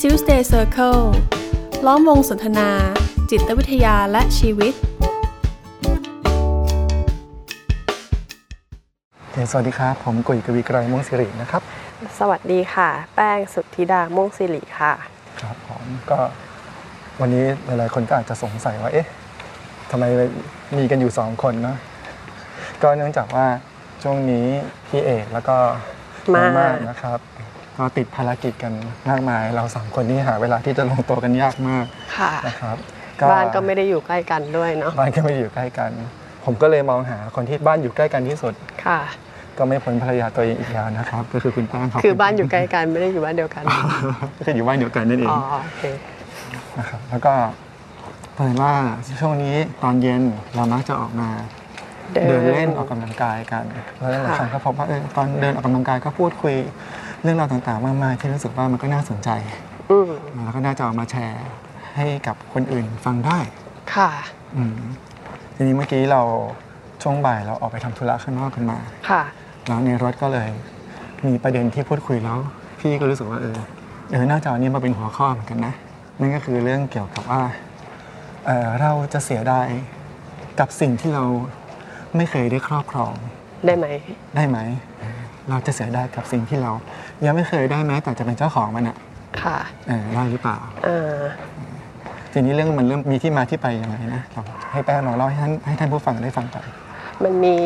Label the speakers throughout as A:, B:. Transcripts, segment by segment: A: Tuesday Circle ล้อมวงสนทนา จิตวิทยาและชีวิต
B: โอเคสวัสดีครับ ผมกุยกวีไกรม่วงสิรินะครับ
C: สวัสดีค่ะ แป้งสุทธิดาม่วงสิริค่ะ
B: ครับผมก็วันนี้หลายๆ คนก็อาจจะสงสัยว่า เอ๊ะทำไมมีกันอยู่สองคนเนาะก็เนื่องจากว่าช่วงนี้พี่เอกแล้วก็
C: มา
B: น้องมากนะครับ ก็ติดภารกิจกันมากมาย เราสามคนนี่หาเวลาที่จะลงตัวกันยากมาก
C: ค่ะ
B: นะครับ
C: บ้านก็ไม่ได้อยู่ใกล้กันด้วยเนาะ
B: บ้านก็ไม่ได้อยู่ใกล้กัน ผมก็เลยมองหาคนที่บ้านอยู่ใกล้กันที่สุด
C: ค่ะ
B: ก็ไม่พ้นภรรยาตัวเองอีกแล้วนะครับ ก็คือคุณแป้งรับ
C: คือบ้านอยู่ใกล้กันไม่ได้อยู่บ้านเดียว กัน
B: ก็คืออยู่บ้านเดียวกันนั่นเอง
C: อ๋อโอเค
B: นะครับแล้วก็เปิดว่าช่วงนี้ตอนเย็นเรามักจะออกมาเดินเล่นออกกำลังกายกันแล้วหลายๆครั้งก็พบว่าเออตอนเดินออกกำลังกายก็พูดคุยเรื่องราวต่างๆมากมายที่รู้สึกว่ามันก็น่าสนใจ
C: อืม
B: แล้วก็น่าจะเอามาแชร์ให้กับคนอื่นฟังได้
C: ค่ะ
B: อืมทีนี้เมื่อกี้เราช่วงบ่ายเราออกไปทำธุระข้างนอกกันมา
C: ค่ะ
B: แล้วในรถก็เลย มีประเด็นที่พูดคุยแล้ว พี่ก็รู้สึกว่าเออเออน่าจะเอาอันนี้มาเป็นหัวข้อเหมือนกันนะนั่นก็คือเรื่องเกี่ยวกับว่าเออเราจะเสียดายกับสิ่งที่เราไม่เคยได้ครอบครอง
C: ได้ไหม
B: ได้ไหม เราจะเสียดายกับสิ่งที่เรา ยังไม่เคยได้แม้แต่จะเป็นเจ้าของมันอะ
C: ค่ะ
B: เออได้หรือเปล่า
C: เอ่อ
B: ทีนี้เรื่องมันเริ่มมีที่มาที่ไปยังไงนะเราให้แป้งลองเล่าให้ท่านให้ท่านผู้ฟังได้ฟังก่อน
C: มันมี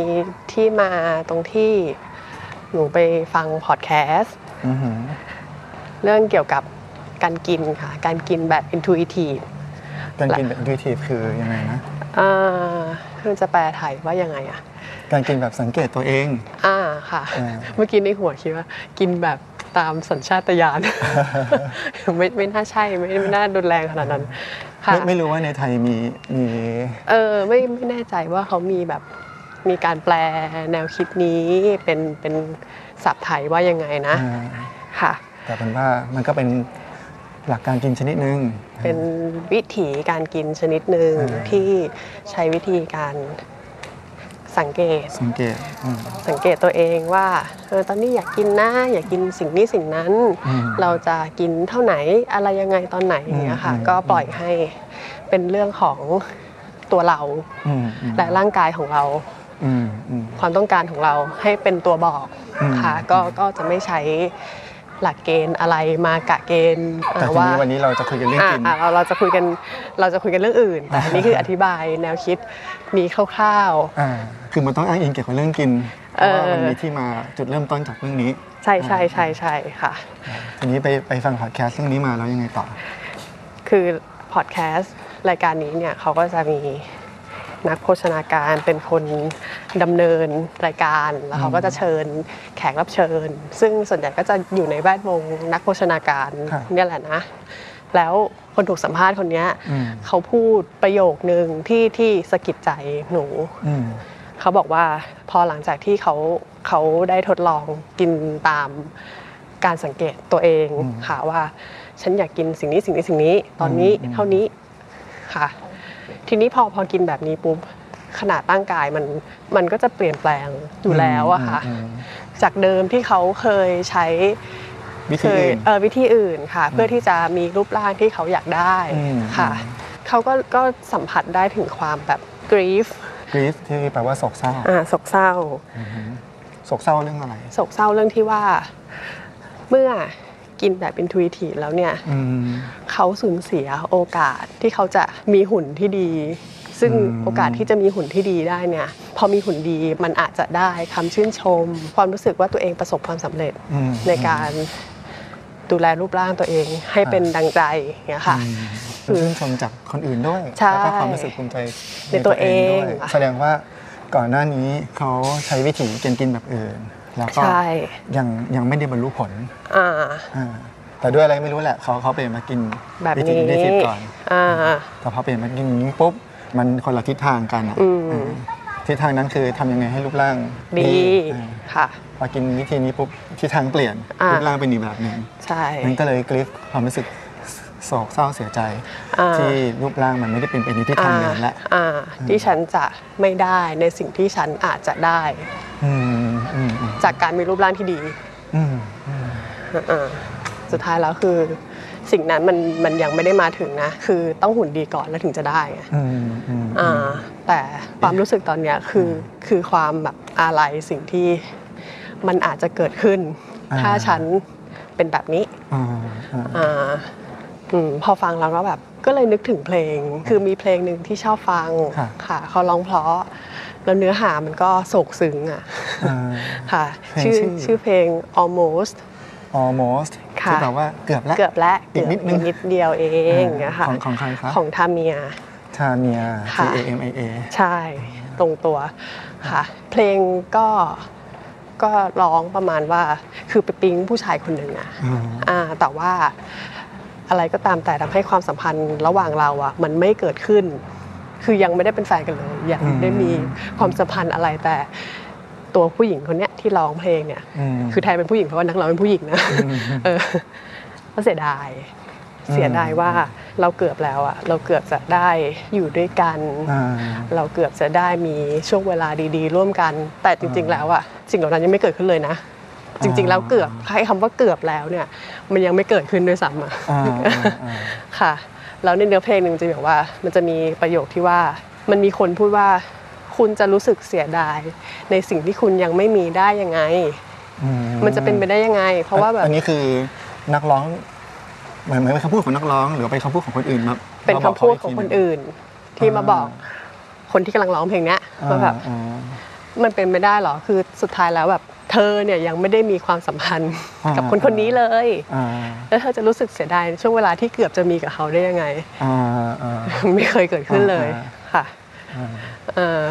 C: ที่มาตรงที่หนูไปฟังพอดแคสต์
B: อือหือ
C: เรื่องเกี่ยวกับการกินค่ะ การกินแบบ intuitive
B: การกินแบบดีทีฟคือยังไงนะ
C: เอ่อคือจะแปลไทยว่ายังไงอะ
B: การกินแบบสังเกตตัวเอง
C: อ่าค่ะ
B: อ่า
C: เมื่อกี้ในหัวคิดว่ากินแบบตามสัญชาต ญาณ ไม่ไม่น่าใช่ไม่ไม่น่ารุนแรงขนาดนั้นค่ะ
B: ไม่ไม่รู้ว่าในไทยมีมี
C: เออไม่ไม่แน่ใจว่าเขามีแบบมีการแปลแนวคิดนี้เป็นเป็นศัพท์ไทยว่ายังไงนะ
B: เอ่อ
C: ค่ะ
B: แต่เป็นว่ามันก็เป็นหลักการกินชนิดหนึ่ง
C: เป็นวิถีการกินชนิดหนึ่ง
B: อ่า
C: ที่ใช้วิธีการสังเกต
B: สังเกตอืม
C: สังเกตตัวเองว่าเออตอนนี้อยากกินนะอยากกินสิ่งนี้สิ่งนั้น
B: อืม
C: เราจะกินเท่าไหนอะไรยังไงตอนไหนอย่างเงี้ยค่ะ
B: อืม
C: ก็ปล่อยให้เป็นเรื่องของตัวเรา
B: อืมอืม
C: และร่างกายของเรา
B: อืมอืม
C: ความต้องการของเราให้เป็นตัวบอก
B: อืม
C: ค่ะก็ก็จะไม่ใช้หลักเกณฑ์อะไรมากะเกณฑ์เอ่อ
B: แต่ที
C: ว่า
B: นี้วันนี้เราจะคุยกันเรื่อง
C: อ่ะ
B: กิน
C: อ่ะเราเราจะคุยกันเราจะคุยกันเรื่องอื่น แต่อันนี้คืออธิบายแนวคิดนี้คร่าว
B: อ่า คือมันต้องอ้างอิงเกี่ยวกับเรื่องกินเพราะว่า
C: เออ
B: มันมีที่มาจุดเริ่มต้นจากเรื่องนี้
C: ๆ ใช่ใช่ใช่ใช่ค่ะ
B: ทีนี้ไปไปฟังพอดแคสต์เรื่องนี้มาแล้วยังไงต่อ
C: คือพอดแคสต์รายการนี้เนี่ยเขาก็จะมีนักโภชนาการเป็นคนดำเนินรายการ แล้วเขาก็จะเชิญแขกรับเชิญ ซึ่งส่วนใหญ่ก็จะอยู่ในแวดวงนักโภชนาการ
B: ครับ
C: เนี่ยแหละนะ แล้วคนถูกสัมภาษณ์คนเนี้ย
B: อืม
C: เขาพูดประโยคนึงที่ที่สะกิดใจหนู
B: อืม
C: เขาบอกว่าพอหลังจากที่เขาเขาได้ทดลองกินตามการสังเกตตัวเอง
B: อืม
C: ค่ะว่า ฉันอยากกินสิ่งนี้สิ่งนี้สิ่งนี้ตอนนี้
B: อืม
C: เท่านี้ค่ะ ทีนี้พอพอกินแบบนี้ปุ๊บขนาดร่างกายมันมันก็จะเปลี่ยนแปลงอยู่แล้วอะค่ะ
B: อืม
C: จากเดิมที่เขาเคยใช้
B: อืมวิ
C: เค
B: ธี
C: ย
B: อื่น
C: เออวิธีอื่นค่ะ เพื่อที่จะมีรูปร่างที่เขาอยากได้
B: อืม
C: ค่ะ
B: อืม
C: เขาก็ก็สัมผัสได้ถึงความแบบ grief
B: กรีฟที่แปลว่าโศกเศร้า
C: อ่าโศกเศร้า
B: อือหือโศกเศร้าเรื่องอะไร
C: โศกเศร้าเรื่องที่ว่าเมื่อกินแบบเป็นทวีทีแล้วเนี่ย
B: อืม
C: เขาสูญเสียโอกาสที่เขาจะมีหุ่นที่ดี ซึ่ง
B: อืม
C: โอกาสที่จะมีหุ่นที่ดีได้เนี่ย พอมีหุ่นดีมันอาจจะได้คำชื่นชม ความรู้สึกว่าตัวเองประสบความสำเร็จ
B: อืม
C: ในการดูแลรูปร่างตัวเองให้เป็นดังใจอย่างเงี้ยค่ะ
B: อืมเป็นชื่นชมจากคนอื่นด้วย
C: ใช่
B: แล้วก็ความรู้สึกภูมิใจ
C: ในตัวเอง
B: ด้วย
C: ค่ะ
B: แสดงว่าก่อนหน้านี้เขาใช้วิธีกินกินแบบอื่น แล้วก็
C: ใช่
B: ยังยังไม่ได้บรรลุผล
C: อ่า
B: อ่าแต่ด้วยอะไรไม่รู้แหละเขาเขาเปลี่ยนมากิน
C: แบบ
B: วิธี
C: นี้
B: ได้ทิปก่อน
C: อ่า
B: แต่พอเปลี่ยนมากินอย่างนี้ปุ๊บมันคนละทิศทางกันอะ
C: อืม
B: อ่าทิศทางนั้นคือทำยังไงให้รูปร่าง
C: ดี
B: อ่า
C: ค่ะ
B: พอกินวิธีนี้ปุ๊บทิศทางเปลี่ยน
C: อ่ารู
B: รูปร่างเป็นอีกแบบหนึ่ง
C: ใช่
B: มันก็เลยกริฟความรู้สึกโศกเศร้าเสียใจ
C: อ่า
B: ที่รูปร่างมันไม่ได้เป็นไปในที่ทางนั้นละ
C: อ่าอ่าที่ฉันจะไม่ได้ในสิ่งที่ฉันอาจจะได้
B: อืมอืมอืม
C: จากการมีรูปร่างที่ดี
B: อืมอืม
C: อ่าสุดท้ายแล้วคือ สิ่งนั้นมันมันยังไม่ได้มาถึงนะ คือต้องหุ่นดีก่อนแล้วถึงจะได้ไง
B: อืมอืมอื
C: อ่าม แต่ความรู้สึกตอนเนี้ยคือคือความแบบอะไรสิ่งที่มันอาจจะเกิดขึ้น
B: า
C: ถ้าฉันเป็นแบบนี้
B: อ่าอ่า
C: อ่าอืมพอฟังแล้วก็แบบก็เลยนึกถึงเพลง คือมีเพลงหนึ่งที่ชอบฟังค่ะเขาร้องเพราะ แล้วเนื้อหามันก็โศกซึ้ง อ่ะ
B: อ่า
C: ค่ะ
B: เพลง
C: ชื่อ
B: ชื่อ
C: ชื่อเพลง almost
B: almost
C: ค่ะ
B: ที่แปลว่าเกือบแล้ว
C: เกือบและ
B: อีกนิดนึง
C: เกืบนิดเดียวเองนะ
B: า
C: คะ
B: ของของใครครับ
C: ของทาเมีย
B: ทาเมีย T
C: ค่ะ
B: A M I A
C: ใช่ตรงตัวค่ะ เพลงก็ก็ร้องประมาณว่าคือไปปิ๊งผู้ชายคนหนึ่งอะ
B: อ่า
C: อ่าแต่ว่าอะไรก็ตามแต่ทำให้ความสัมพันธ์ระหว่างเราอะมันไม่เกิดขึ้น คือยังไม่ได้เป็นแฟนกันเลยยังไม่ได้มีความสัมพันธ์อะไรแต่ตัวผู้หญิงคนเนี้ยที่ร้องเพลงเนี่ย
B: ม
C: คือแทนเป็นผู้หญิงเพราะว่านักร้องเป็นผู้หญิงนะ
B: อืม
C: เออก็เสียดาย
B: อืม
C: เสียดายว่าเราเกือบแล้วอะเราเกือบจะได้อยู่ด้วยกัน
B: อ่า
C: เราเกือบจะได้มีช่วงเวลาดีๆ ร่วมกัน แต่จริง ๆ แล้วอะสิ่งเหล่านั้นยังไม่เกิดขึ้นเลยนะ จริง ๆ แล้วเกือบใช้คำว่าเกือบแล้วเนี่ย มันยังไม่เกิดขึ้นด้วยซ้ำอะ
B: อ่าอ่าอ่า
C: ค่ะ แล้วในเนื้อเพลงหนึ่งจะบอกว่า มันจะมีประโยคที่ว่า มันมีคนพูดว่า คุณจะรู้สึกเสียดาย ในสิ่งที่คุณยังไม่มีได้ยังไง
B: อื
C: มันจะเป็นไปได้ยังไง เพราะว่าแบบ
B: อันนี้คือนักร้องหมายหมายเป็นคำพูดของนักร้อง หรือเป็นคำพูดของคนอื่นมา
C: เป็นคำพูดของคนอื่น ที่มา
B: า
C: บอกคนที่กำลังร้องเพลงเนี้ย
B: มา
C: ว่า
B: แบ
C: แบบ บ
B: อ่า
C: มันเป็นไม่ได้หรอ คือสุดท้ายแล้วแบบเธอเนี่ยยังไม่ได้มีความสัมพัน ธ์
B: อ่า
C: กับคนคนนี้เลย
B: อ่า
C: แล้วเธอจะรู้สึกเสียดายในช่วงเวลาที่เกือบจะมีกับเขาได้ยังไง
B: อ่าอ่า
C: ไม่เคยเกิดขึ้นเลย
B: อ่า
C: ค่ะ
B: อ่า
C: เออ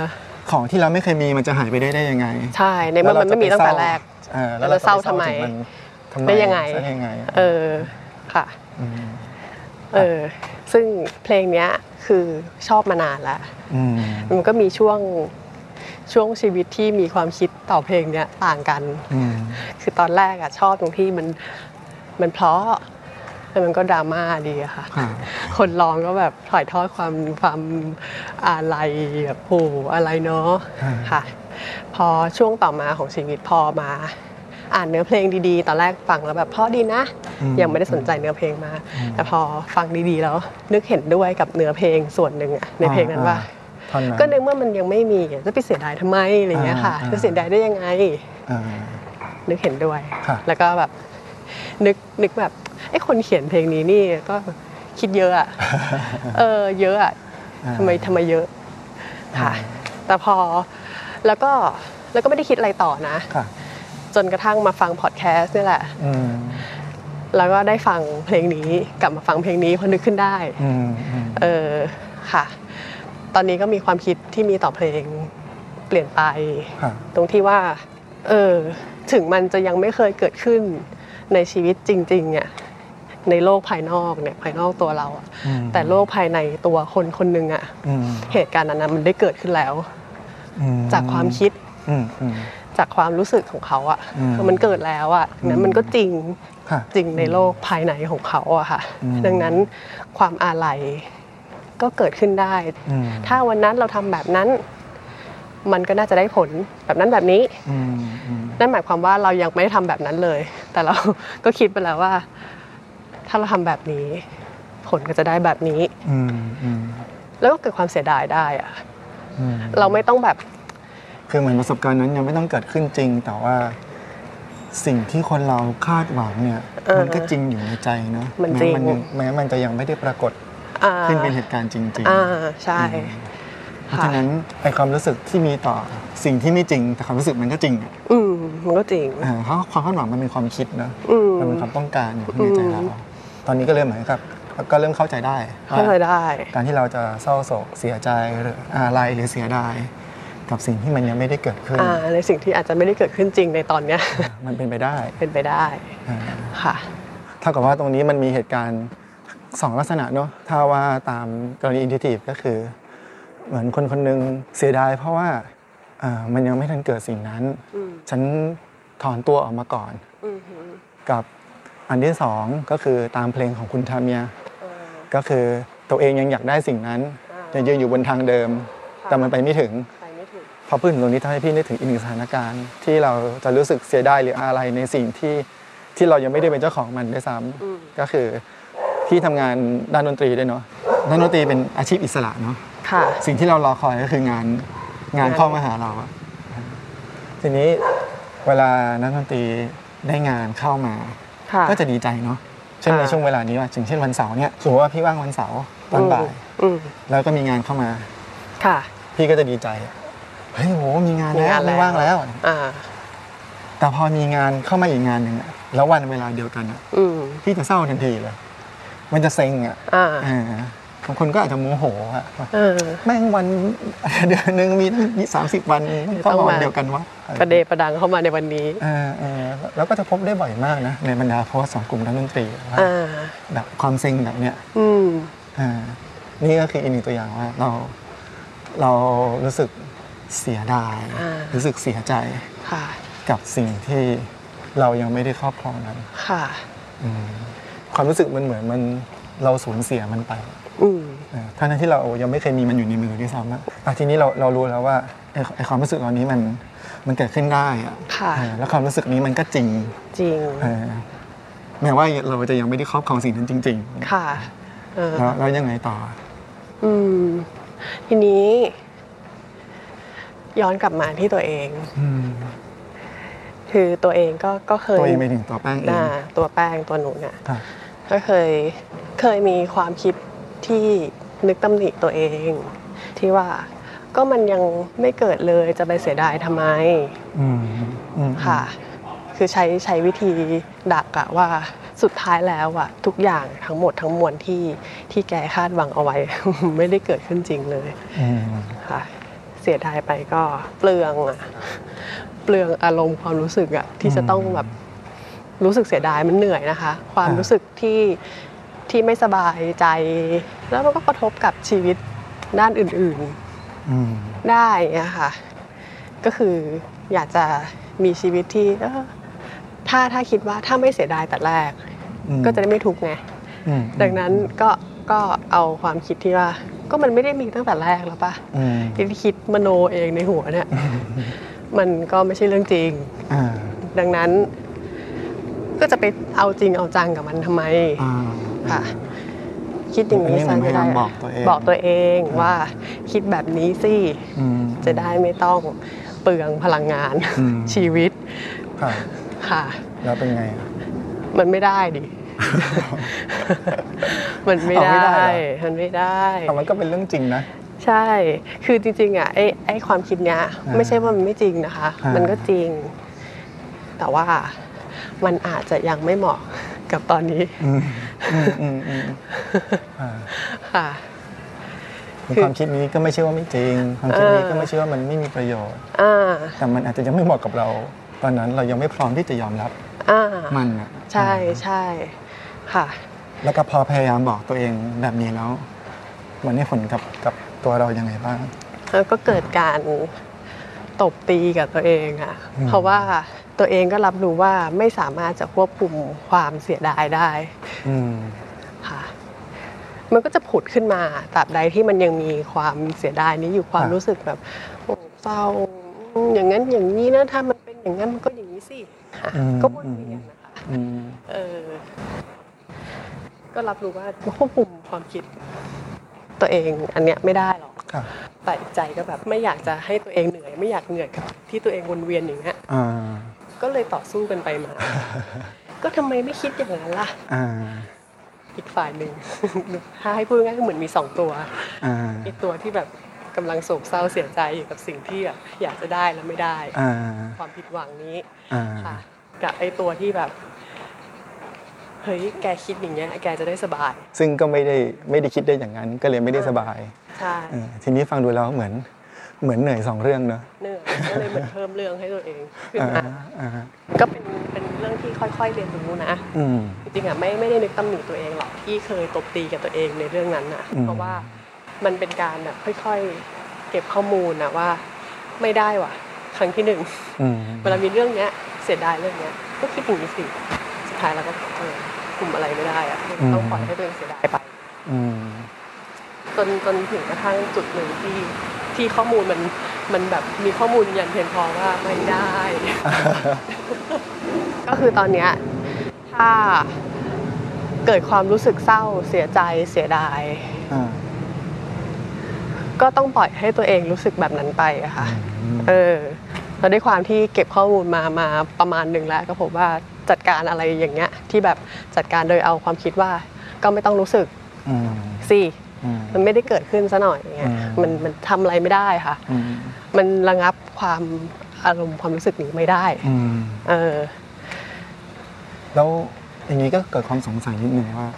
B: ของที่เราไม่เคยมีมันจะหายไปได้ได้ยังไง
C: ใช่ในเมื่อมันไม่มีตั้งแต่แรก
B: แล้วเราจะป
C: แล้วเราเศร้าทำไม
B: ถึนทำ
C: ได้ยังไง
B: ด้ยังไง
C: เออค่ะ
B: ม
C: เออซึ่งเพลงเนี้ยคือชอบมานานแล้ว
B: อืม
C: มันก็มีช่วงช่วงชีวิตที่มีความคิดต่อเพลงเนี้ยต่างกัน
B: อืม
C: คือตอนแรกอะชอบตรงที่มันมันเพราะแล้วมันก็ดราม่าดีอะค่ะ
B: ค่ะ
C: คนร้องก็แบบถ่ายทอดความความอะไรแบบโอ้โหอะไรเนาะ
B: อ่า
C: ค่ะ พอช่วงต่อมาของชีวิตพอมา อ่านเนื้อเพลงดีๆ ตอนแรกฟังแล้วแบบเพราะดีนะ ยังไม่ได้สนใจเนื้อเพลงมา แต่พอฟังดีๆแล้ว นึกเห็นด้วยกับเนื้อเพลงส่วนหนึ่งอะในเพลงนั้นว่า
B: ท่อนนั้น
C: ก็ในเมื่อมันยังไม่มีอะจะไปเสียดายทำไมอะไรอย่างเงี้ยค่ะ
B: อ่าอ่า
C: จะเสียดายได้ยังไง
B: อ่า
C: นึกเห็นด้วย
B: ค่ะ
C: แล้วก็แบบนึกนึกแบบไอ้คนเขียนเพลงนี้นี่ก็คิดเยอะ อะ เออเยอะอะทำไมทำไมเยอะค่ะ แต่พอแล้วก็แล้วก็ไม่ได้คิดอะไรต่อนะ
B: ค่ะ
C: จนกระทั่งมาฟังพอดแคสต์นี่แหละ
B: อืม
C: แล้วก็ได้ฟังเพลงนี้กลับมาฟังเพลงนี้เพอนึกขึ้นได้
B: อืมอืม
C: เออค่ะ ตอนนี้ก็มีความคิดที่มีต่อเพลงเปลี่ยนไป
B: ค่ะ
C: ตรงที่ว่า เออ ถึงมันจะยังไม่เคยเกิดขึ้นในชีวิตจริงๆเนี่ย ในโลกภายนอกเนี่ย ภายนอกตัวเราอะ
B: อืม
C: แต่โลกภายในตัวคนคนหนึ่งอะ
B: อืม
C: เหตุการณ์อันนั้นมันได้เกิดขึ้นแล้ว
B: อื
C: จากความคิด
B: อืมอืม
C: จากความรู้สึกของเขาอะ
B: อืม
C: มันเกิดแล้วอะนั้นมันก็จริง
B: ค่ะ
C: จริงในโลกภายในของเขาอะค่ะ
B: อืม
C: ดังนั้นความอาลัยก็เกิดขึ้นได้
B: อืม
C: ถ้าวันนั้นเราทำแบบนั้น มันก็น่าจะได้ผลแบบนั้นแบบนี้
B: อืมอืม
C: นั่นหมายความว่าเรายังไม่ได้ทำแบบนั้นเลย แต่เรา ก็คิดไปแล้วว่า ถ้าเราทำแบบนี้ ผลก็จะได้แบบนี้
B: อืมอืม
C: แล้วก็เกิดความเสียดายได้อะ
B: อืม
C: เราไม่ต้องแบบ
B: คือเหมือนประสบการณ์นั้นยังไม่ต้องเกิดขึ้นจริง แต่ว่า สิ่งที่คนเราคาดหวังเนี่ย มันก็จริงอยู่ในใจเนอะ
C: มัน
B: แ
C: จริง
B: ยังแม้มันจะยังไม่ได้ปรากฏ
C: อ่า
B: ขึ้นเป็นเหตุการณ์จริง
C: อ่า
B: ๆ
C: ใช่
B: เพราะฉะนั้นไอความรู้สึกที่มีต่อสิ่งที่ไม่จริง แต่ความรู้สึกมันก็จริงอะ
C: อืมมันก็จริง
B: เออเพราะความคาดหวังมันเป็นความคิดเนอะ
C: อืม
B: มันเป็นความต้องการอยู่ข้างในใจเรา ตอนนี้ก็เริ่มเหมือนกับ ก็เริ่มเข้าใจได้ว่
C: เข้าใจได้
B: การที่เราจะเศร้าโศกเสียใจหรืออะไรหรือเสียดายกับสิ่งที่มันยังไม่ได้เกิดขึ้น
C: อ่าในสิ่งที่อาจจะไม่ได้เกิดขึ้นจริงในตอนเนี้ย
B: มันเป็นไปได้
C: เป็นไปได้
B: อ่า
C: ค่ะ
B: เท่ากับว่าตรงนี้มันมีเหตุการณ์สองลักษณะเนาะ ถ้าว่าตามกรณีอินทิทีฟก็คือ เหมือนคนคนหนึงเสียดายเพราะว่าอ่ามันยังไม่ทันเกิดสิ่งนั้น
C: อืม
B: ฉันถอนตัวออกมาก่อน
C: อืม
B: กับอันที่สองก็คือตามเพลงของคุณทาเมีย ก็คือตัวเองยังอยากได้สิ่งนั้นยังยืนอยู่บนทางเดิม แต่มันไปไม่ถึง
C: ไปไม่ถูก
B: พอพูดถึงตรงนี้ทำให้พี่นึกถึงอีกหนึ่งสถานการณ์ ที่เราจะรู้สึกเสียดายหรืออะไรในสิ่งที่ที่เรายังไม่ได้เป็นเจ้าของมันด้วยซ้ำก็คือ พี่ทำงานด้านดนตรีด้วยเนาะด้านดนตรีเป็นอาชีพอิสระเนาะ
C: ค่ะ
B: สิ่งที่เรารอคอยก็คืองานงาน
C: งาน
B: เข้ามาหาเราอะทีนี้เวลานักดนตรีได้งานเข้ามา
C: ค่ะ
B: ก็จะดีใจเนาะเช่นใน
C: ค่ะ
B: ช่วงเวลานี้ว่าถึงเช่นวันเสาร์เนี่ยสมมติว่าพี่ว่างวันเสาร์ตอนบ่าย
C: อืม
B: แล้วก็มีงานเข้ามา
C: ค่ะ
B: พี่ก็จะดีใจเฮ้ยโหมีงาน
C: มี
B: แล้ว
C: งานแล้ว
B: ไม่ว่างแล้ว
C: อ่า
B: แต่พอมีงานเข้ามาอีกงานหนึ่งอะแล้ววันเวลาเดียวกันอะ
C: อืม
B: พี่จะเศร้าทันทีเลย มันจะเซ็งอะ
C: อ่า
B: อ่าบางคนก็อาจจะโมโหอะว่า
C: เออ
B: แม่งวัน เดือนหนึ่งมีตั้งสามสิบวัน
C: ต้
B: ต้
C: อ
B: องง
C: มา
B: วันเดียวกันวะ
C: ประเดประดังเข้ามาในวันนี้
B: เออเออแล้วก็จะพบได้บ่อยมากนะ ในบรรดาโพสต์ของกลุ่มนักดนตรีว่า
C: อ่า
B: แบบความเซ็งแบบเนี้ย
C: อืม
B: เออนี่ก็คืออีกหนึ่งตัวอย่างว่าเราเรารู้สึกเสียดาย รู้สึกเสียใจ
C: ค่ะ
B: กับสิ่งที่เรายังไม่ได้ครอบครองนั้น
C: ค่ะ
B: อืมความรู้สึกมันเหมือนมันเราสูญเสียมันไป
C: อืม
B: เออทั้งๆที่เรายังไม่เคยมีมันอยู่ในมือด้วยซ้ำอะอ่ะทีนี้เราเรารู้แล้วว่าไอ้ไอความรู้สึกเหล่านี้มันมันเกิดขึ้นได้อะ
C: ค่ะ
B: เออแล้วความรู้สึกนี้มันก็จริง
C: จริง
B: เออแม้ว่าเราจะยังไม่ได้ครอบครองสิ่งนั้นจริง
C: ค่ะเออ
B: ๆแล้วแล้วยังไงต่อ
C: อืม ทีนี้ ย้อนกลับมาที่ตัวเอง
B: อืม
C: คือตัวเองก็ก็เคย
B: ตัวเองไปถึงตัวแป้งเอง
C: อ่าตัวแป้งตัวหนูเนี่ย
B: ครับ
C: ก็เคยเคยมีความคิดที่นึกตำหนิตัวเอง ที่ว่าก็มันยังไม่เกิดเลยจะไปเสียดายทำไม
B: อืมอืม
C: ค่ะ คือใช้ใช้วิธีดักอะว่าสุดท้ายแล้วอะทุกอย่างทั้งหมดทั้งมวลที่ที่แกคาดหวังเอาไว้ ไม่ได้เกิดขึ้นจริงเลย
B: อืม
C: ค่ะ เสียดายไปก็เปลืองอะเปลืองอารมณ์ความรู้สึกอะที่จะต้องแบบรู้สึกเสียดายมันเหนื่อยนะคะ ความรู้สึกที่ที่ไม่สบายใจ แล้วมันก็กระทบกับชีวิตด้านอื่น ๆ
B: อืม
C: ได้อย่างเงี้ยค่ะ ก็คืออยากจะมีชีวิตที่เออถ้าถ้าคิดว่าถ้าไม่เสียดายแต่แรก
B: อืม
C: ก็จะได้ไม่ทุกข์ไง
B: อืม
C: ดังนั้นก็ก็เอาความคิดที่ว่า ก็มันไม่ได้มีตั้งแต่แรกแล้วปะ
B: อืม
C: ที่คิดมโนเองในหัวเนี่ย มันก็ไม่ใช่เรื่องจริง
B: อ่า
C: ดังนั้น ก็จะไปเอาจริงเอาจังกับมันทำไม
B: อ่า
C: ค่ะคิดอย่างนี้
B: อันนี้เหมือนพยายาม
C: ซะ
B: บอกตัวเอง
C: บอกตัวเองว่าคิดแบบนี้สิ
B: อืม
C: จะได้ไม่ต้องเปลืองพลังงาน
B: อืม
C: ชีวิต
B: ครับ
C: ค่ะ
B: แล้วเป็นไงอะ
C: มันไม่ได้ ดิ มันไม่
B: เอาไม่
C: ได้
B: ได้เหรอ
C: มันไม่ได้
B: แต่มันก็เป็นเรื่องจริงนะ
C: ใช่ คือจริงๆอ่ะไอ้ไอ้ความคิดเนี้ย
B: อ่า
C: ไม่ใช่ว่ามันไม่จริงนะคะ
B: อ่ามั
C: มันก็จริง แต่ว่ามันอาจจะยังไม่เหมาะกับตอนนี้
B: อืมอืมอืมอืมอ่า
C: ค่ะ
B: คือความคิดนี้ก็ไม่ใช่ว่าไม่จริง ความคิดนี้ก็ไม่ใช่ว่ามันไม่มีประโยชน์
C: อ่า
B: แต่มันอาจจะยังไม่เหมาะกับเรา ตอนนั้นเรายังไม่พร้อมที่จะยอมรับ
C: อ่า
B: มันอะ
C: ใช่ใช่ค่ะ
B: แล้วก็พอพยายามบอกตัวเองแบบนี้แล้ว มันได้ผลกับกับตัวเรายังไงบ้าง
C: แล้วก็เกิดการตบตีกับตัวเองอะ
B: อืม
C: เพราะว่าตัวเองก็รับรู้ว่าไม่สามารถจะควบคุมความเสียดายได้
B: อืม
C: ค่ะ มันก็จะผุดขึ้นมาตราบใดที่มันยังมีความเสียดายนี้อยู่ความรู้สึกแบบโอ้เศร้าอืมอย่างนั้นอย่างนี้นะถ้ามันเป็นอย่างนั้นมันก็อย่างนี้สิค่ะก็วนเวียนนะคะ
B: อืม
C: เออ ก็รับรู้ว่าควบคุมความคิด ตัวเองอันเนี้ยไม่ได้หรอก
B: ค่ะ
C: แต่ใจก็แบบไม่อยากจะให้ตัวเองเหนื่อย ไม่อยากเหนื่อยกับที่ตัวเองวนเวียนอย่างเงี้ย
B: อ่า
C: ก็เลยต่อสู้กันไปมา ก็ทำไมไม่คิดอย่างนั้นล่ะ
B: อ่า
C: อีกฝ่ายหนึ่ง ถ้าให้พูดง่ายก็เหมือนมีสองตัว
B: อ่า
C: อีกตัวที่แบบกำลังโศกเศร้าเสียใจอยู่กับสิ่งที่แบบอยากจะได้แล้วไม่ได้
B: อ่า
C: ความผิดหวังนี้
B: อ่า
C: ค่ะ กับไอ้ตัวที่แบบเฮ้ยแกคิดอย่างเงี้ยแกจะได้สบาย
B: ซึ่งก็ไม่ได้ไม่ได้คิดได้อย่างนั้น ก็เลยไม่ได้สบาย
C: ใช่
B: เออทีนี้ฟังดูแล้วเหมือนเหมือนเหนื่อยสองเรื่องเนอะ
C: เหนื่อยก็เลยเหมือนเพิ่มเรื่องให้ตัวเองขึ้น
B: อ่า
C: มา
B: อ่า
C: ก็เป็นเป็นเรื่องที่ค่อย ๆ เรียนรู้นะ
B: อืม
C: จริงๆอ่ะไม่ไม่ได้นึกตำหนิตัวเองหรอกที่เคยตบตีกับตัวเองในเรื่องนั้นอ่ะ
B: อืม
C: เพราะว่ามันเป็นการแบบค่อยๆเก็บข้อมูลนะว่า ไม่ได้ว่ะ ครั้งที่หนึ่ง
B: อืม
C: เวลามีเรื่องเนี้ยเสียดายเรื่องเนี้ยก็คิดอย่างนี้สิสุดท้ายเราก็เออคุมอะไรไม่ได้อ่ะ
B: อืม
C: ต้องปล่อยให้ตัวเองเสียดายไป
B: อืม
C: จนจนถึงกระทั่งจุดหนึ่งที่ที่ข้อมูลมันมันแบบมีข้อมูลยันเพียงพอว่าไม่ได้ ก็คือตอนเนี้ยถ้า เกิดความรู้สึกเศร้าเสียใจเสียดาย
B: อ่า
C: ก็ต้องปล่อยให้ตัวเองรู้สึกแบบนั้นไปอะค่ะ
B: อืม
C: เออแล้วด้วยความที่เก็บข้อมูลมามาประมาณหนึ่งแล้ว ก็ผมว่าจัดการอะไรอย่างเงี้ย ที่แบบจัดการโดยเอาความคิดว่า ก็ไม่ต้องรู้สึก
B: อืม
C: สิ
B: อืม
C: มันไม่ได้เกิดขึ้นซะหน่อยอย่างเงี้ย
B: อืม
C: มันมันทำอะไรไม่ได้ค่ะ
B: อืม
C: มันระงับความอารมณ์ความรู้สึกนี้ไม่ได้
B: อืม
C: เออ
B: แล้วอย่างนี้ก็เกิดความสงสัยนิดนึงว่า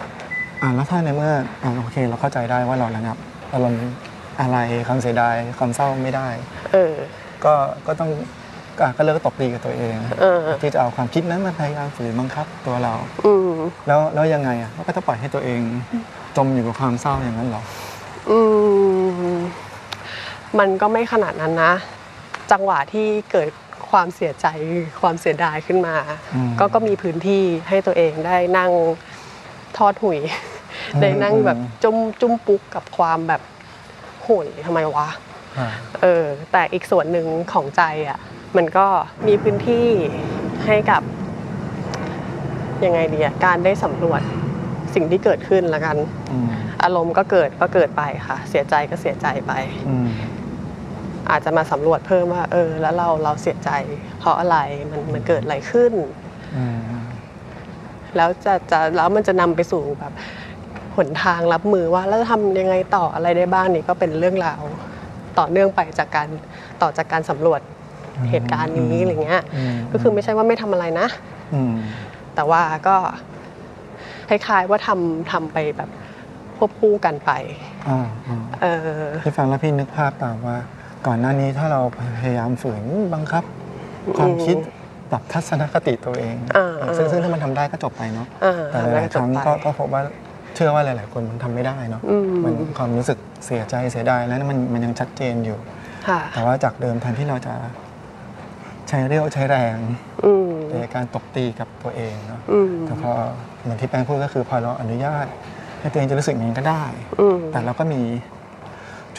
B: อ่าแล้วถ้าในเมื่ออ่าโอเคเราเข้าใจได้ว่าเราระงับอารมณ์อะไรความเสียดายความเศร้าไม่ได้
C: เออ
B: ก็ก็ต้องก็ก็เลิกตบตีกับตัวเอง
C: เออ
B: ที่จะเอาความคิดนั้นมาพยายามฝืนบังคับตัวเรา
C: อืม
B: แล้วแล้วยังไงอ่ะก็ต้องปล่อยให้ตัวเองจมอยู่กับความเศร้าอย่างนั้นเหรอ
C: อืมมันก็ไม่ขนาดนั้นนะ จังหวะที่เกิดความเสียใจความเสียดายขึ้นมา
B: อืม
C: ก็ก็มีพื้นที่ให้ตัวเองได้นั่งทอดหุย
B: อืม
C: ได้นั่งแบบจุ้มจุ้มปุ๊กกับความแบบหุยทำไมวะ
B: อ่า
C: เออแต่อีกส่วนหนึ่งของใจอะ่ะ มันก็มีพื้นที่ให้กับยังไงดีอะการได้สำรวจสิ่งที่เกิดขึ้นละกัน
B: อืม
C: อารมณ์ก็เกิดก็เกิดไปค่ะ เสียใจก็เสียใจไป
B: อืม
C: อาจจะมาสำรวจเพิ่มว่า เออ แล้วเราเราเสียใจ เพราะอะไรมันมันเกิดอะไรขึ้น
B: อืม
C: แล้วจะจะแล้วมันจะนำไปสู่แบบหนทางรับมือว่าแล้วจะทำยังไงต่ออะไรได้บ้างนี่ก็เป็นเรื่องราวต่อเนื่องไปจากการต่อจากการสำรวจเหตุการณ์นี้อะไรเงี้ย
B: ม
C: ก็คือไม่ใช่ว่าไม่ทำอะไรนะ
B: อืม
C: แต่ว่าก็คล้ายๆว่าทำทำไปแบบควบคู่กันไป
B: อ่าอ่า
C: เออ
B: พี่ฟังแล้วพี่นึกภาพตามว่า ก่อนหน้านี้ถ้าเราพยายามฝืนบังคับ ความคิดปรับทัศนคติตัวเอง
C: อ่าอ่า
B: ซึ่งซึ่งถ้ามันทำได้ก็จบไปเนาะ
C: อ่า
B: แต่ห
C: ทำแล้ว
B: ลายๆครั้ง
C: ก็จบไป
B: ก็ก็พบว่าเชื่อว่าหลาย ๆ คนมันทำไม่ได้เนาะ
C: อืม
B: มันความรู้สึกเสียใจเสียดายแล้วมันมันยังชัดเจนอยู่
C: ค่ะ
B: แต่ว่าจากเดิมแทนที่เราจะ ใช้เรี่ยวใช้แรง
C: อืม
B: ในการตบตีกับตัวเองเนาะ
C: อืม
B: แต่พอเหมือนที่แป้งพูดก็คือพอเราอนุญาต ให้ตัวเองจะรู้สึกอย่างนี้ก็ได้
C: อืม
B: แต่เราก็มี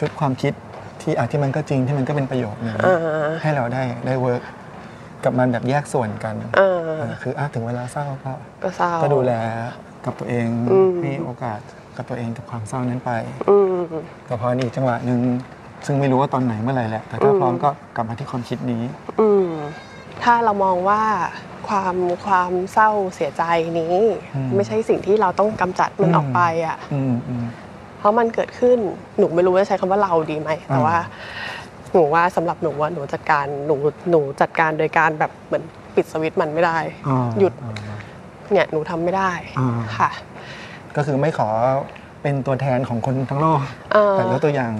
B: ชุดความคิดที่อาจที่มันก็จริงที่มันก็เป็นประโยชน์นะ
C: อ่า
B: ให้เราได้ได้เวิร์กกับมันแบบแยกส่วนกัน
C: อ่า
B: อ่าคืออ่ะถึงเวลาเศร้าก็
C: ก็เศร้า
B: ก็ดูแลกับตัวเอง
C: อืม
B: ให้โอกาสกับตัวเองกับความเศร้านั้นไป
C: อืม
B: แต่พอในอีกจังหวะหนึ่งซึ่งไม่รู้ว่าตอนไหนเมื่อไหร่แหละแต่ถ้า
C: อืม
B: พร้อมก็กลับมาที่ความคิดนี้
C: อืม ถ้าเรามองว่าความความเศร้าเสียใจนี้
B: อืม
C: ไม่ใช่สิ่งที่เราต้องกำจัดมัน
B: อืม
C: ออกไปอ่ะ
B: อืมอืม
C: เพราะมันเกิดขึ้นหนูไม่รู้ว่าใช้คำว่าเราดีไหมแต่
B: อ่า
C: ว่าหนูว่าสำหรับหนูว่าหนูจัดการหนูหนูจัดการโดยการแบบเหมือนปิดสวิตช์มันไม่ได้
B: อ่า
C: หยุด
B: อ่า
C: เนี่ยหนูทำไม่ได้
B: อ่า
C: ค่ะ
B: ก็คือไม่ขอเป็นตัวแทนของคนทั้งโลก
C: เอ่อ
B: แต่ยกตัวอย่าง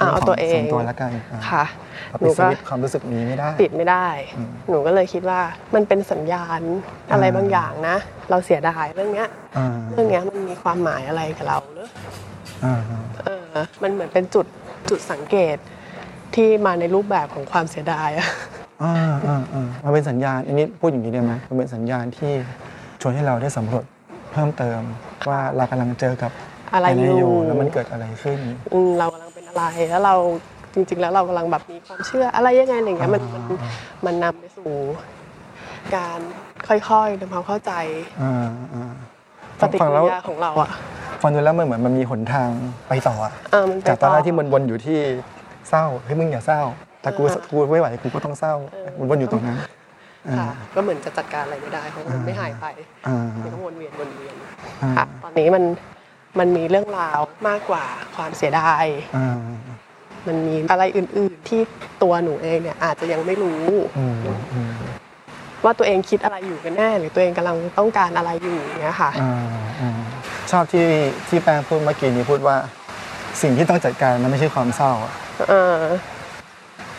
C: อ่าเอาตัวเอง
B: ส่วนตัวละกันอ่า
C: ค่ะ
B: เรา
C: ห
B: ปิ
C: นู
B: ดส
C: ก็
B: วิตช์ความรู้สึกนี้ไม่ได้
C: ปิดไม่ได้
B: อืม
C: หนูก็เลยคิดว่ามันเป็นสัญญาณอะไร
B: อ่า
C: บางอย่างนะ เราเสียดายเรื่องเนี้ย
B: อ่า
C: เรื่องเนี้ยมันมีความหมายอะไรกับเราหรือ
B: อ่า
C: เออ มันเหมือนเป็นจุดจุดสังเกตที่มาในรูปแบบของความเสียดายอะ
B: อ่าอ่าอ่ามันเป็นสัญญาณอันนี้พูดอย่างนี้ได้ไหมมันเป็นสัญญาณที่ชวนให้เราได้สำรวจเพิ่มเติม ว่าเรากำลังเจอกับ
C: อะไรอยู่
B: แล้วมันเกิดอะไรขึ้น
C: อืมเรากำลังเป็นอะไรแล้วเราจริง ๆ แล้วเรากำลังแบบมีความเชื่ออะไรยังไงอะไรเงี้ยมันมัน
B: อ่า
C: มันนำไปสู่ การค่อยๆทำความเข้าใจ
B: อ่าอ่า
C: ปฏิ
B: ฟั
C: กิ
B: งแล้ว
C: ริยาของเราอะ
B: ฟังดูแล้วมันเหมือนมันมีหนทางไปต่ออะ
C: เออมันไป
B: จากตอนแรกที่
C: ต่
B: มันวนอยู่ที่เศร้าเฮ้ยมึงอย่าเศร้า แต่กู
C: อ่า
B: กูไม่ไหวกูก็ต้องเศร้า
C: เออ
B: มันวนอยู่ตรงนั้นอ่า
C: ค่ะก็เหมือนจะจัดการอะไรไม่ได้เพราะมัน
B: อ่า
C: ไม่หายไป
B: อ่า
C: มันก็วนเวียนวนเวียน
B: อ่า
C: ค่ะตอนนี้มันมันมีเรื่องราวมากกว่าความเสียดาย
B: อ่า
C: มันมีอะไรอื่น ๆ ที่ตัวหนูเองเนี่ยอาจจะยังไม่รู้
B: อืมอืม
C: ว่าตัวเองคิดอะไรอยู่กันแน่ หรือตัวเองกำลังต้องการอะไรอยู่เนี้ยค่ะ
B: อ่าอ่าชอบที่ที่แป้งพูดเมื่อกี้นี้พูดว่า สิ่งที่ต้องจัดการมันไม่ใช่ความเศร้าอะ
C: เออ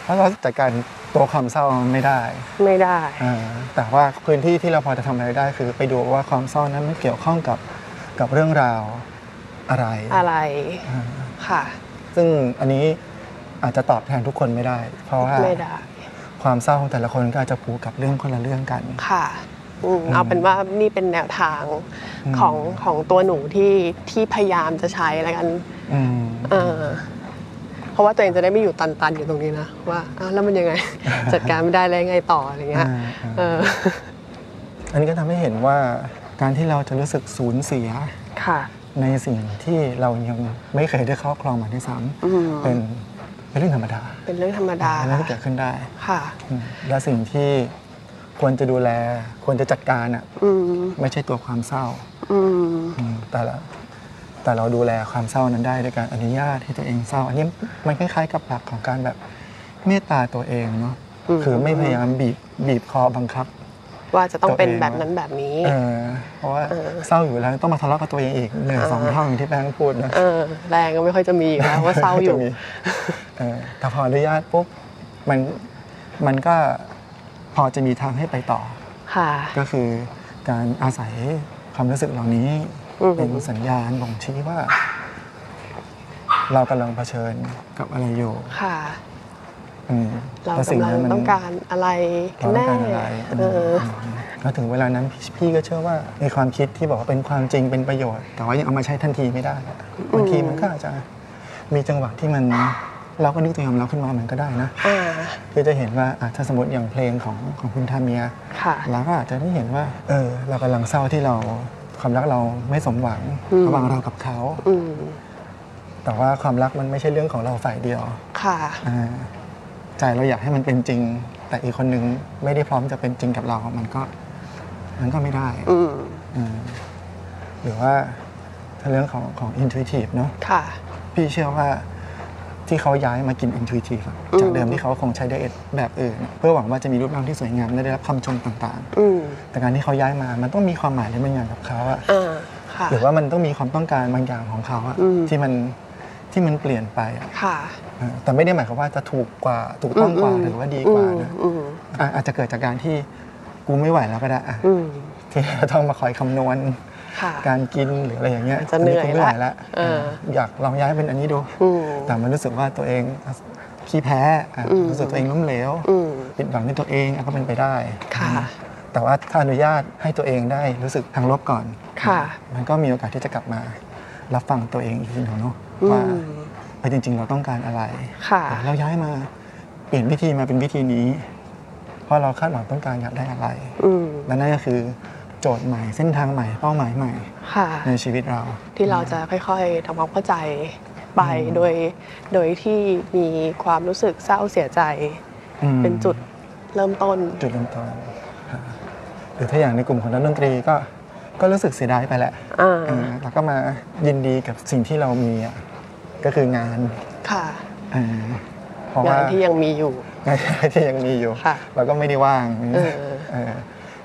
B: เพราะเราจัดการตัวความเศร้าไม่ได้
C: ไม่ได้
B: อ่าแต่ว่าพื้นที่ที่เราพอจะทำอะไรได้คือไปดูว่าความเศร้านั้นมันเกี่ยวข้องกับกับเรื่องราวอะไร
C: อะไรค่ะ
B: ซึ่งอันนี้อาจจะตอบแทนทุกคนไม่ได้ เพราะว่า
C: ไม่ได้
B: ความเศร้าของแต่ละคนก็อาจจะผูกกับเรื่องคนละเรื่องกัน
C: ค่ะอืม
B: อืม
C: เอาเป็นว่านี่เป็นแนวทาง
B: อืม
C: ของของตัวหนูที่ที่พยายามจะใช้แล้วกัน
B: อืม
C: เออเพราะว่าตัวเองจะได้ไม่อยู่ตันๆอยู่ตรงนี้นะว่าอ้าวแล้วมันยั งไง จัดการไม่ได้แล้วยังไงต่ออะไรเงี้ย
B: อ่าอ่า
C: เออ
B: อันนี้ก็ทำให้เห็นว่า การที่เราจะรู้สึกสูญเสีย
C: ค่ะ
B: ในสิ่งที่เรายังไม่เคยได้ครอบครองมาด้วยซ้
C: อืม
B: ำเป็นเป็นเรื่องธรรมดา
C: เป็นเรื่องธรรมดา
B: เป็นเรื่องที่เกิดขึ้นได้
C: ค่ะ
B: อืมและสิ่งที่ควรจะดูแล ควรจะจัดการอ่ะ
C: อืม
B: ไม่ใช่ตัวความเศร้า
C: อืม
B: อืมแต่ละแต่เราดูแลความเศร้านั้นได้ด้วยการอนุญาตให้ตัวเองเศร้า อันนี้มันคล้ายๆกับหลักของการแบบเมตตาตัวเองเนาะคือไม่พยายามบีบบีบคอบังคับ
C: ว่าจะต้องเป็น
B: ตัวเอง
C: แบบนั้นแบบนี้
B: เออเพราะว่าเศร้าอยู่แล้วต้องมาทะเลาะกับตัวเองอีกหนึ่งสองเท่าอย่างที่แป้งพูดนะ
C: เออ แรงก็ไม่ค่อยจะมีอยู่แล้วว่าเศร้าอยู่
B: จะมีเออแต่พออนุญาตปุ๊บมันมันก็พอจะมีทางให้ไปต่อ
C: ค่ะ
B: ก็คือการอาศัยความรู้สึกเหล่านี้
C: อืม
B: เป็นสัญญาณบ่งชี้ว่า เรากำลังเผชิญกับอะไรอยู่
C: ค่ะ
B: อืม
C: เรา
B: แล้วสิ่
C: กำลัง
B: นั้นมัน
C: ต้องการอะไรกั
B: เราต้
C: น
B: อ
C: แน่
B: งการอะไร
C: เอออ
B: มแล้วถึงเวลานั้นพี่พี่ก็เชื่อว่าในความคิดที่บอกว่าเป็นความจริงเป็นประโยชน์ แต่ว่ายังเอามาใช้ทันทีไม่ได้อะบางทีมันก็อาจจะมีจังหวะที่มันเราก็นึกตัวเองของเราขึ้นมาเหมือนก็ได้นะ
C: อ่า
B: คือจะเห็นว่าอ่ะถ้าสมมติอย่างเพลงของของคุณทาเมีย
C: ค่ะ
B: เราก็อาจจะได้เห็นว่า เออ เรากำลังเศร้าที่เราความรักเราไม่สมหวัง
C: อืม
B: ระหว่างเรากับเขา
C: อืม
B: แต่ว่าความรักมันไม่ใช่เรื่องของเราฝ่ายเดียว
C: ค่ะ
B: อ่าใจเราอยากให้มันเป็นจริง แต่อีกคนนึงไม่ได้พร้อมจะเป็นจริงกับเรา มันก็มันก็ไม่ได้
C: อืม
B: อืมหรือว่าถ้าเรื่องของของ intuitive เนอะ
C: ค่ะ
B: พี่เชื่อว่าที่เขาย้ายมากิน intuitive อะ
C: อืม
B: จากเดิมที่เขาคงใช้ไดเอทแบบอื่น เพื่อหวังว่าจะมีรูปร่างที่สวยงามและได้รับคำชมต่าง
C: อืม
B: ๆ แต่การที่เขาย้ายมามันต้องมีความหมายในบางอย่างกับเขาอะ
C: อ่า ค่ะ
B: หรือว่ามันต้องมีความต้องการบางอย่างของเขาอะ
C: อืม
B: ที่มันที่มันเปลี่ยนไปอะ
C: ค่ะ
B: เออแต่ไม่ได้หมายความว่าจะถูกกว่าถูกต้องกว่าหรือว่าดีกว่านะ
C: อืม
B: อ่ะอาจจะเกิดจากการที่กูไม่ไหวแล้วก็ได้อะ
C: อืม
B: ที่เราต้องมาคอยคำนวณ
C: ค่ะ
B: การกินหรืออะไรอย่างเงี้ย
C: อาจจะเหนื่อย
B: ตงไม่ไหวละ
C: เออ
B: อยากลองย้ายเป็นอันนี้ดู
C: อืม
B: แต่มันรู้สึกว่าตัวเองขี้แพ้อ่ะรู้สึกตัวเองล้มเหลว
C: อืม
B: ปิดหวังในตัวเองอ่ะก็เป็นไปได้
C: ค่ะ
B: อืมแต่ว่าถ้าอนุญาตให้ตัวเองได้รู้สึกทางลบก่อน
C: ค่ะ
B: มันก็มีโอกาสที่จะกลับมา รับฟังตัวเองอีกทีหนึ่งเนาะ
C: อื
B: ว่าม เออจริง ๆ เราต้องการอะไร
C: ค่ะ
B: เราย้ายมาเปลี่ยนวิธีมาเป็นวิธีนี้ เพราะเราคาดหวังต้องการอยากได้อะไร
C: อืม
B: และนั่นก็คือโจทย์ใหม่เส้นทางใหม่เป้าหมายใหม่
C: ค่ะ
B: ในชีวิตเรา
C: ที่เราจะค่อยๆทำความเข้าใจไป
B: อืม
C: โดย โดยที่มีความรู้สึกเศร้าเสียใจ
B: อืม
C: เป็นจุดเริ่มต้น
B: จุดเริ่มต้นอ่าหรือถ้าอย่างในกลุ่มของนักดนตรีก็ก็รู้สึกเสียดายไปแหละ
C: อ่า
B: เออแล้วก็มายินดีกับสิ่งที่เรามีอ่ะก็คืองาน
C: ค่ะ
B: เออเพราะ
C: งา
B: ว่าน
C: ที่ยังมีอยู่
B: งานที่ยังมีอยู่
C: ค่ะ
B: เราก็ไม่ได้ว่าง
C: เออ
B: เออ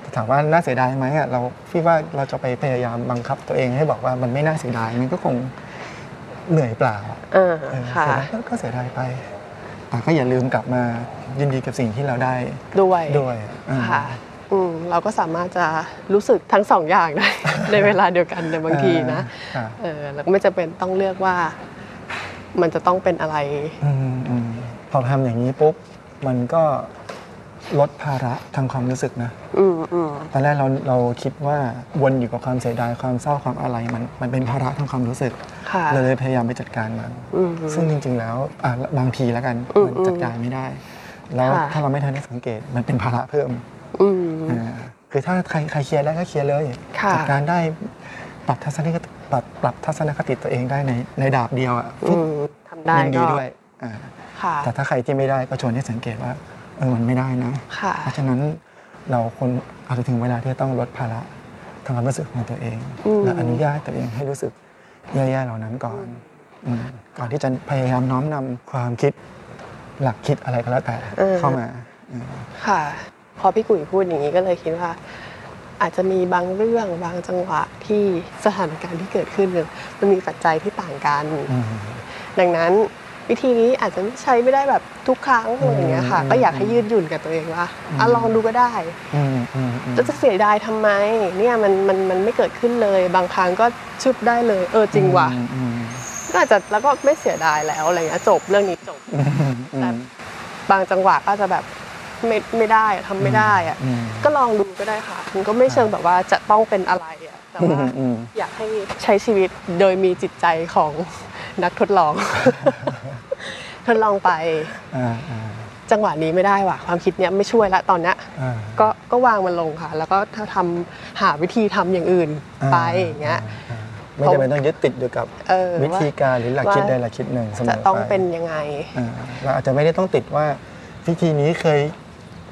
B: แต่ถามว่าน่าเสียดายไหมอ่ะเราพี่ว่าเราจะไปพยายามบังคับตัวเองให้บอกว่ามันไม่น่าเสียดายมันก็คงเหนื่อยเปล่าอะ
C: อ่า
B: เออ
C: ค่ะ
B: เสียดายก็ก็เสียดายไป แต่ก็อย่าลืมกลับมายินดีกับสิ่งที่เราได้
C: ด้วย
B: ด้วยอืม
C: ค่ะ อืม เราก็สามารถจะรู้สึกทั้งสองอย่างได้ ในเวลาเดียวกันในบางทีนะ
B: อ่า
C: เออแล้วก็ไม่จะเป็นต้องเลือกว่า มันจะต้องเป็นอะไร
B: อืมอืมพอทำอย่างนี้ปุ๊บ มันก็ลดภาระทางความรู้สึกนะ
C: อืมอืม
B: ตอนแรกเราเราคิดว่าวนอยู่กับความเสียดายความเศร้าความอะไรมันมันเป็นภาระทางความรู้สึก
C: ค่ะ
B: เราเลยพยายามไปจัดการมัน
C: อืม
B: ซึ่งจริง ๆ แล้วอ่ะบางทีแล้วกัน
C: อืม
B: มันจัดการไม่ได้ แล้ว
C: ค่ะ
B: ถ้าเราไม่ทันได้สังเกตมันเป็นภาระเพิ่ม
C: อืม
B: อ่าคือถ้าใครใครเคลียร์ได้ก็เคลียร์เลย
C: ค่ะ
B: จัดการได้ปรับทัศนคติปรับปรับทัศนคติตัวเองได้ในในดาบเดียวอ่ะ
C: อืมทำได้
B: ยินดี
C: ก็
B: ด้วยอ่า
C: ค่ะ
B: แต่ถ้าใครที่ไม่ได้ก็ชวนให้สังเกตว่าเออมันไม่ได้นะ
C: ค่ะ
B: เพราะฉะนั้นเราคนอาจจะถึงเวลาที่จะต้องลดภาระทางความรู้สึกของตัวเอง
C: อืม
B: และอนุญาตตัวเองให้รู้สึกแย่ๆเหล่านั้นก่อนอืมก่อนที่จะพยายามน้อมนำความคิดหลักคิดอะไรก็แล้วแต่เข้ามาอืม
C: ค่ะ พอพี่กุ๋ยพูดอย่างนี้ก็เลยคิดว่า อาจจะมีบางเรื่องบางจังหวะที่สถานการณ์ที่เกิดขึ้นเนี่ยมันมีปัจจัยที่ต่างกัน ดังนั้นวิธีนี้อาจจะไม่ใช้ไม่ได้แบบทุกครั้งอะไรอย่างเงี้ยค่ะ
B: อืม
C: ก็อยากให้ยืดหยุ่นกับตัวเองว่า
B: อืม
C: อ่ะลองดูก็ได้
B: อืมอืมอืม
C: แล้วจะเสียดายทำไม เนี่ยมันมันมันไม่เกิดขึ้นเลย บางครั้งก็ชึบได้เลย เออจริงว่ะ
B: อืม
C: ก็อาจจะแล้วก็ไม่เสียดายแล้วอะไรเงี้ยจบเรื่องนี้จบ
B: อืมอืม
C: บางจังหวะก็อาจจะแบบไม่ไม่ได้อะทำไม่ได้อะ
B: อืม
C: ก็ลองดูก็ได้ค่ะมันก็ไม่เชิงแบบว่าจะต้องเป็นอะไรอะแต่ว่า
B: อืม
C: อยากให้ใช้ชีวิตโดยมีจิตใจของนักทดลอง ทดลองไป
B: อ่าอ่า
C: จังหวะนี้ไม่ได้ว่ะความคิดเนี้ยไม่ช่วยละตอนเนี้ย
B: อ่า
C: ก็ ก็วางมันลงค่ะ แล้วก็ถ้าทำหาวิธีทำอย่างอื่นไปอย่างเงี้ย
B: อ่าไม่จำเป็นต้องยึดติดอยู่กับ
C: เออ
B: วิธีการหรือหลัก
C: ว่า
B: คิดใดหลักคิดหนึ่งเสมอไป
C: จะต้องเป็นยังไง
B: อ่าเราอาจจะไม่ได้ต้องติดว่าวิธีนี้เคย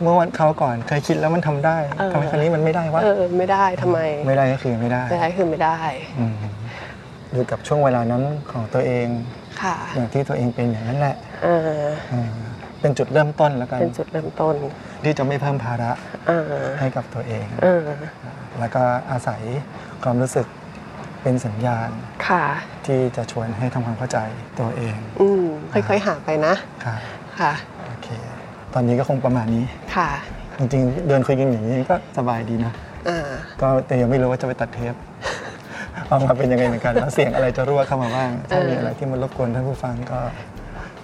B: เมื่อวันเขาวก่อนเคยคิดแล้วมันทำได้
C: เออ
B: ทำไมครั้งนี้มันไม่ได้วะ
C: เออไม่ได้ทำไม
B: ไม่ได้ก็คือไม่ได้
C: ไม่ได้คือไม่ได้
B: อืมอยู่กับช่วงเวลานั้นของตัวเอง
C: ค่ะ
B: อย่างที่ตัวเองเป็นอย่างนั้นแหละ
C: เออ
B: อ่าเป็นจุดเริ่มต้นแล้วกัน
C: เป็นจุดเริ่มต้น
B: ที่จะไม่เพิ่มภาระ
C: เออ
B: ให้กับตัวเอง
C: เออ
B: แล้วก็อาศัยความรู้สึกเป็นสัญญาณ
C: ค่ะ
B: ที่จะชวนให้ทำความเข้าใจตัวเอง
C: อืมค่อยๆหาไปนะ
B: ครับ
C: ค่ะ
B: โอเค ตอนนี้ก็คงประมาณนี้
C: ค่ะ
B: จริงๆ เดินคุยกันอย่างนี้ก็สบายดีนะ
C: อ่า
B: ก็แต่ยังไม่รู้ว่าจะไปตัดเทป ออกมาเป็นยังไงเหมือนกันแล้วเสียงอะไรจะรั่วเข้ามาบ้าง ถ้ามีอะไรที่มันรบกวนท่านผู้ฟังก็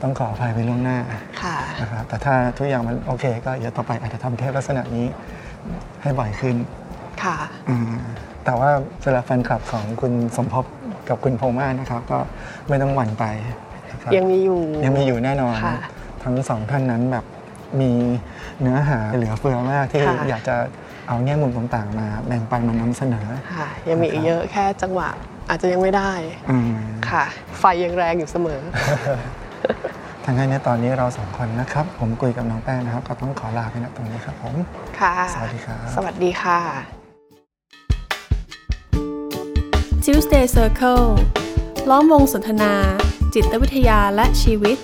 B: ต้องขออภัยไปล่วงหน้า
C: ค่ะ
B: นะครับ แต่ถ้าทุกอย่างมันโอเค ก็เดี๋ยวต่อไปอาจจะทำเทปลักษณะนี้ให้บ่อยขึ้น
C: ค่ะ
B: อืมแต่ว่าสำหรับแฟนคลับของคุณสมภพกับคุณโพม่านะครับ ก็ไม่ต้องหวั่นไปนะครับ
C: ยังมีอยู่
B: ยังมีอยู่แน่นอน
C: ค่ะ
B: ทั้งสองท่านนั้นแบบมีเนื้อหาเหลือเฟือมากที่
C: ค่ะ
B: อยากจะเอาแง่มุมต่างๆ มาแบ่งปันมานำเสนอ
C: ค่ะ ยังมีอีกเยอะแค่จังหวะ อาจจะยังไม่ได้
B: อืม
C: ค่ะ ไฟยังแรงอยู่เสมอ
B: ทางนั้นในตอนนี้เราสองคนนะครับ ผมกุยกับน้องแป้งนะครับ ก็ต้องขอลาไปนะตรงนี้ครับผม
C: ค่ะ
B: สวัสดีครับ
C: สวัสดีค่ะ
A: Tuesday Circle ล้อมวงสนทนา จิตวิทยาและชีวิต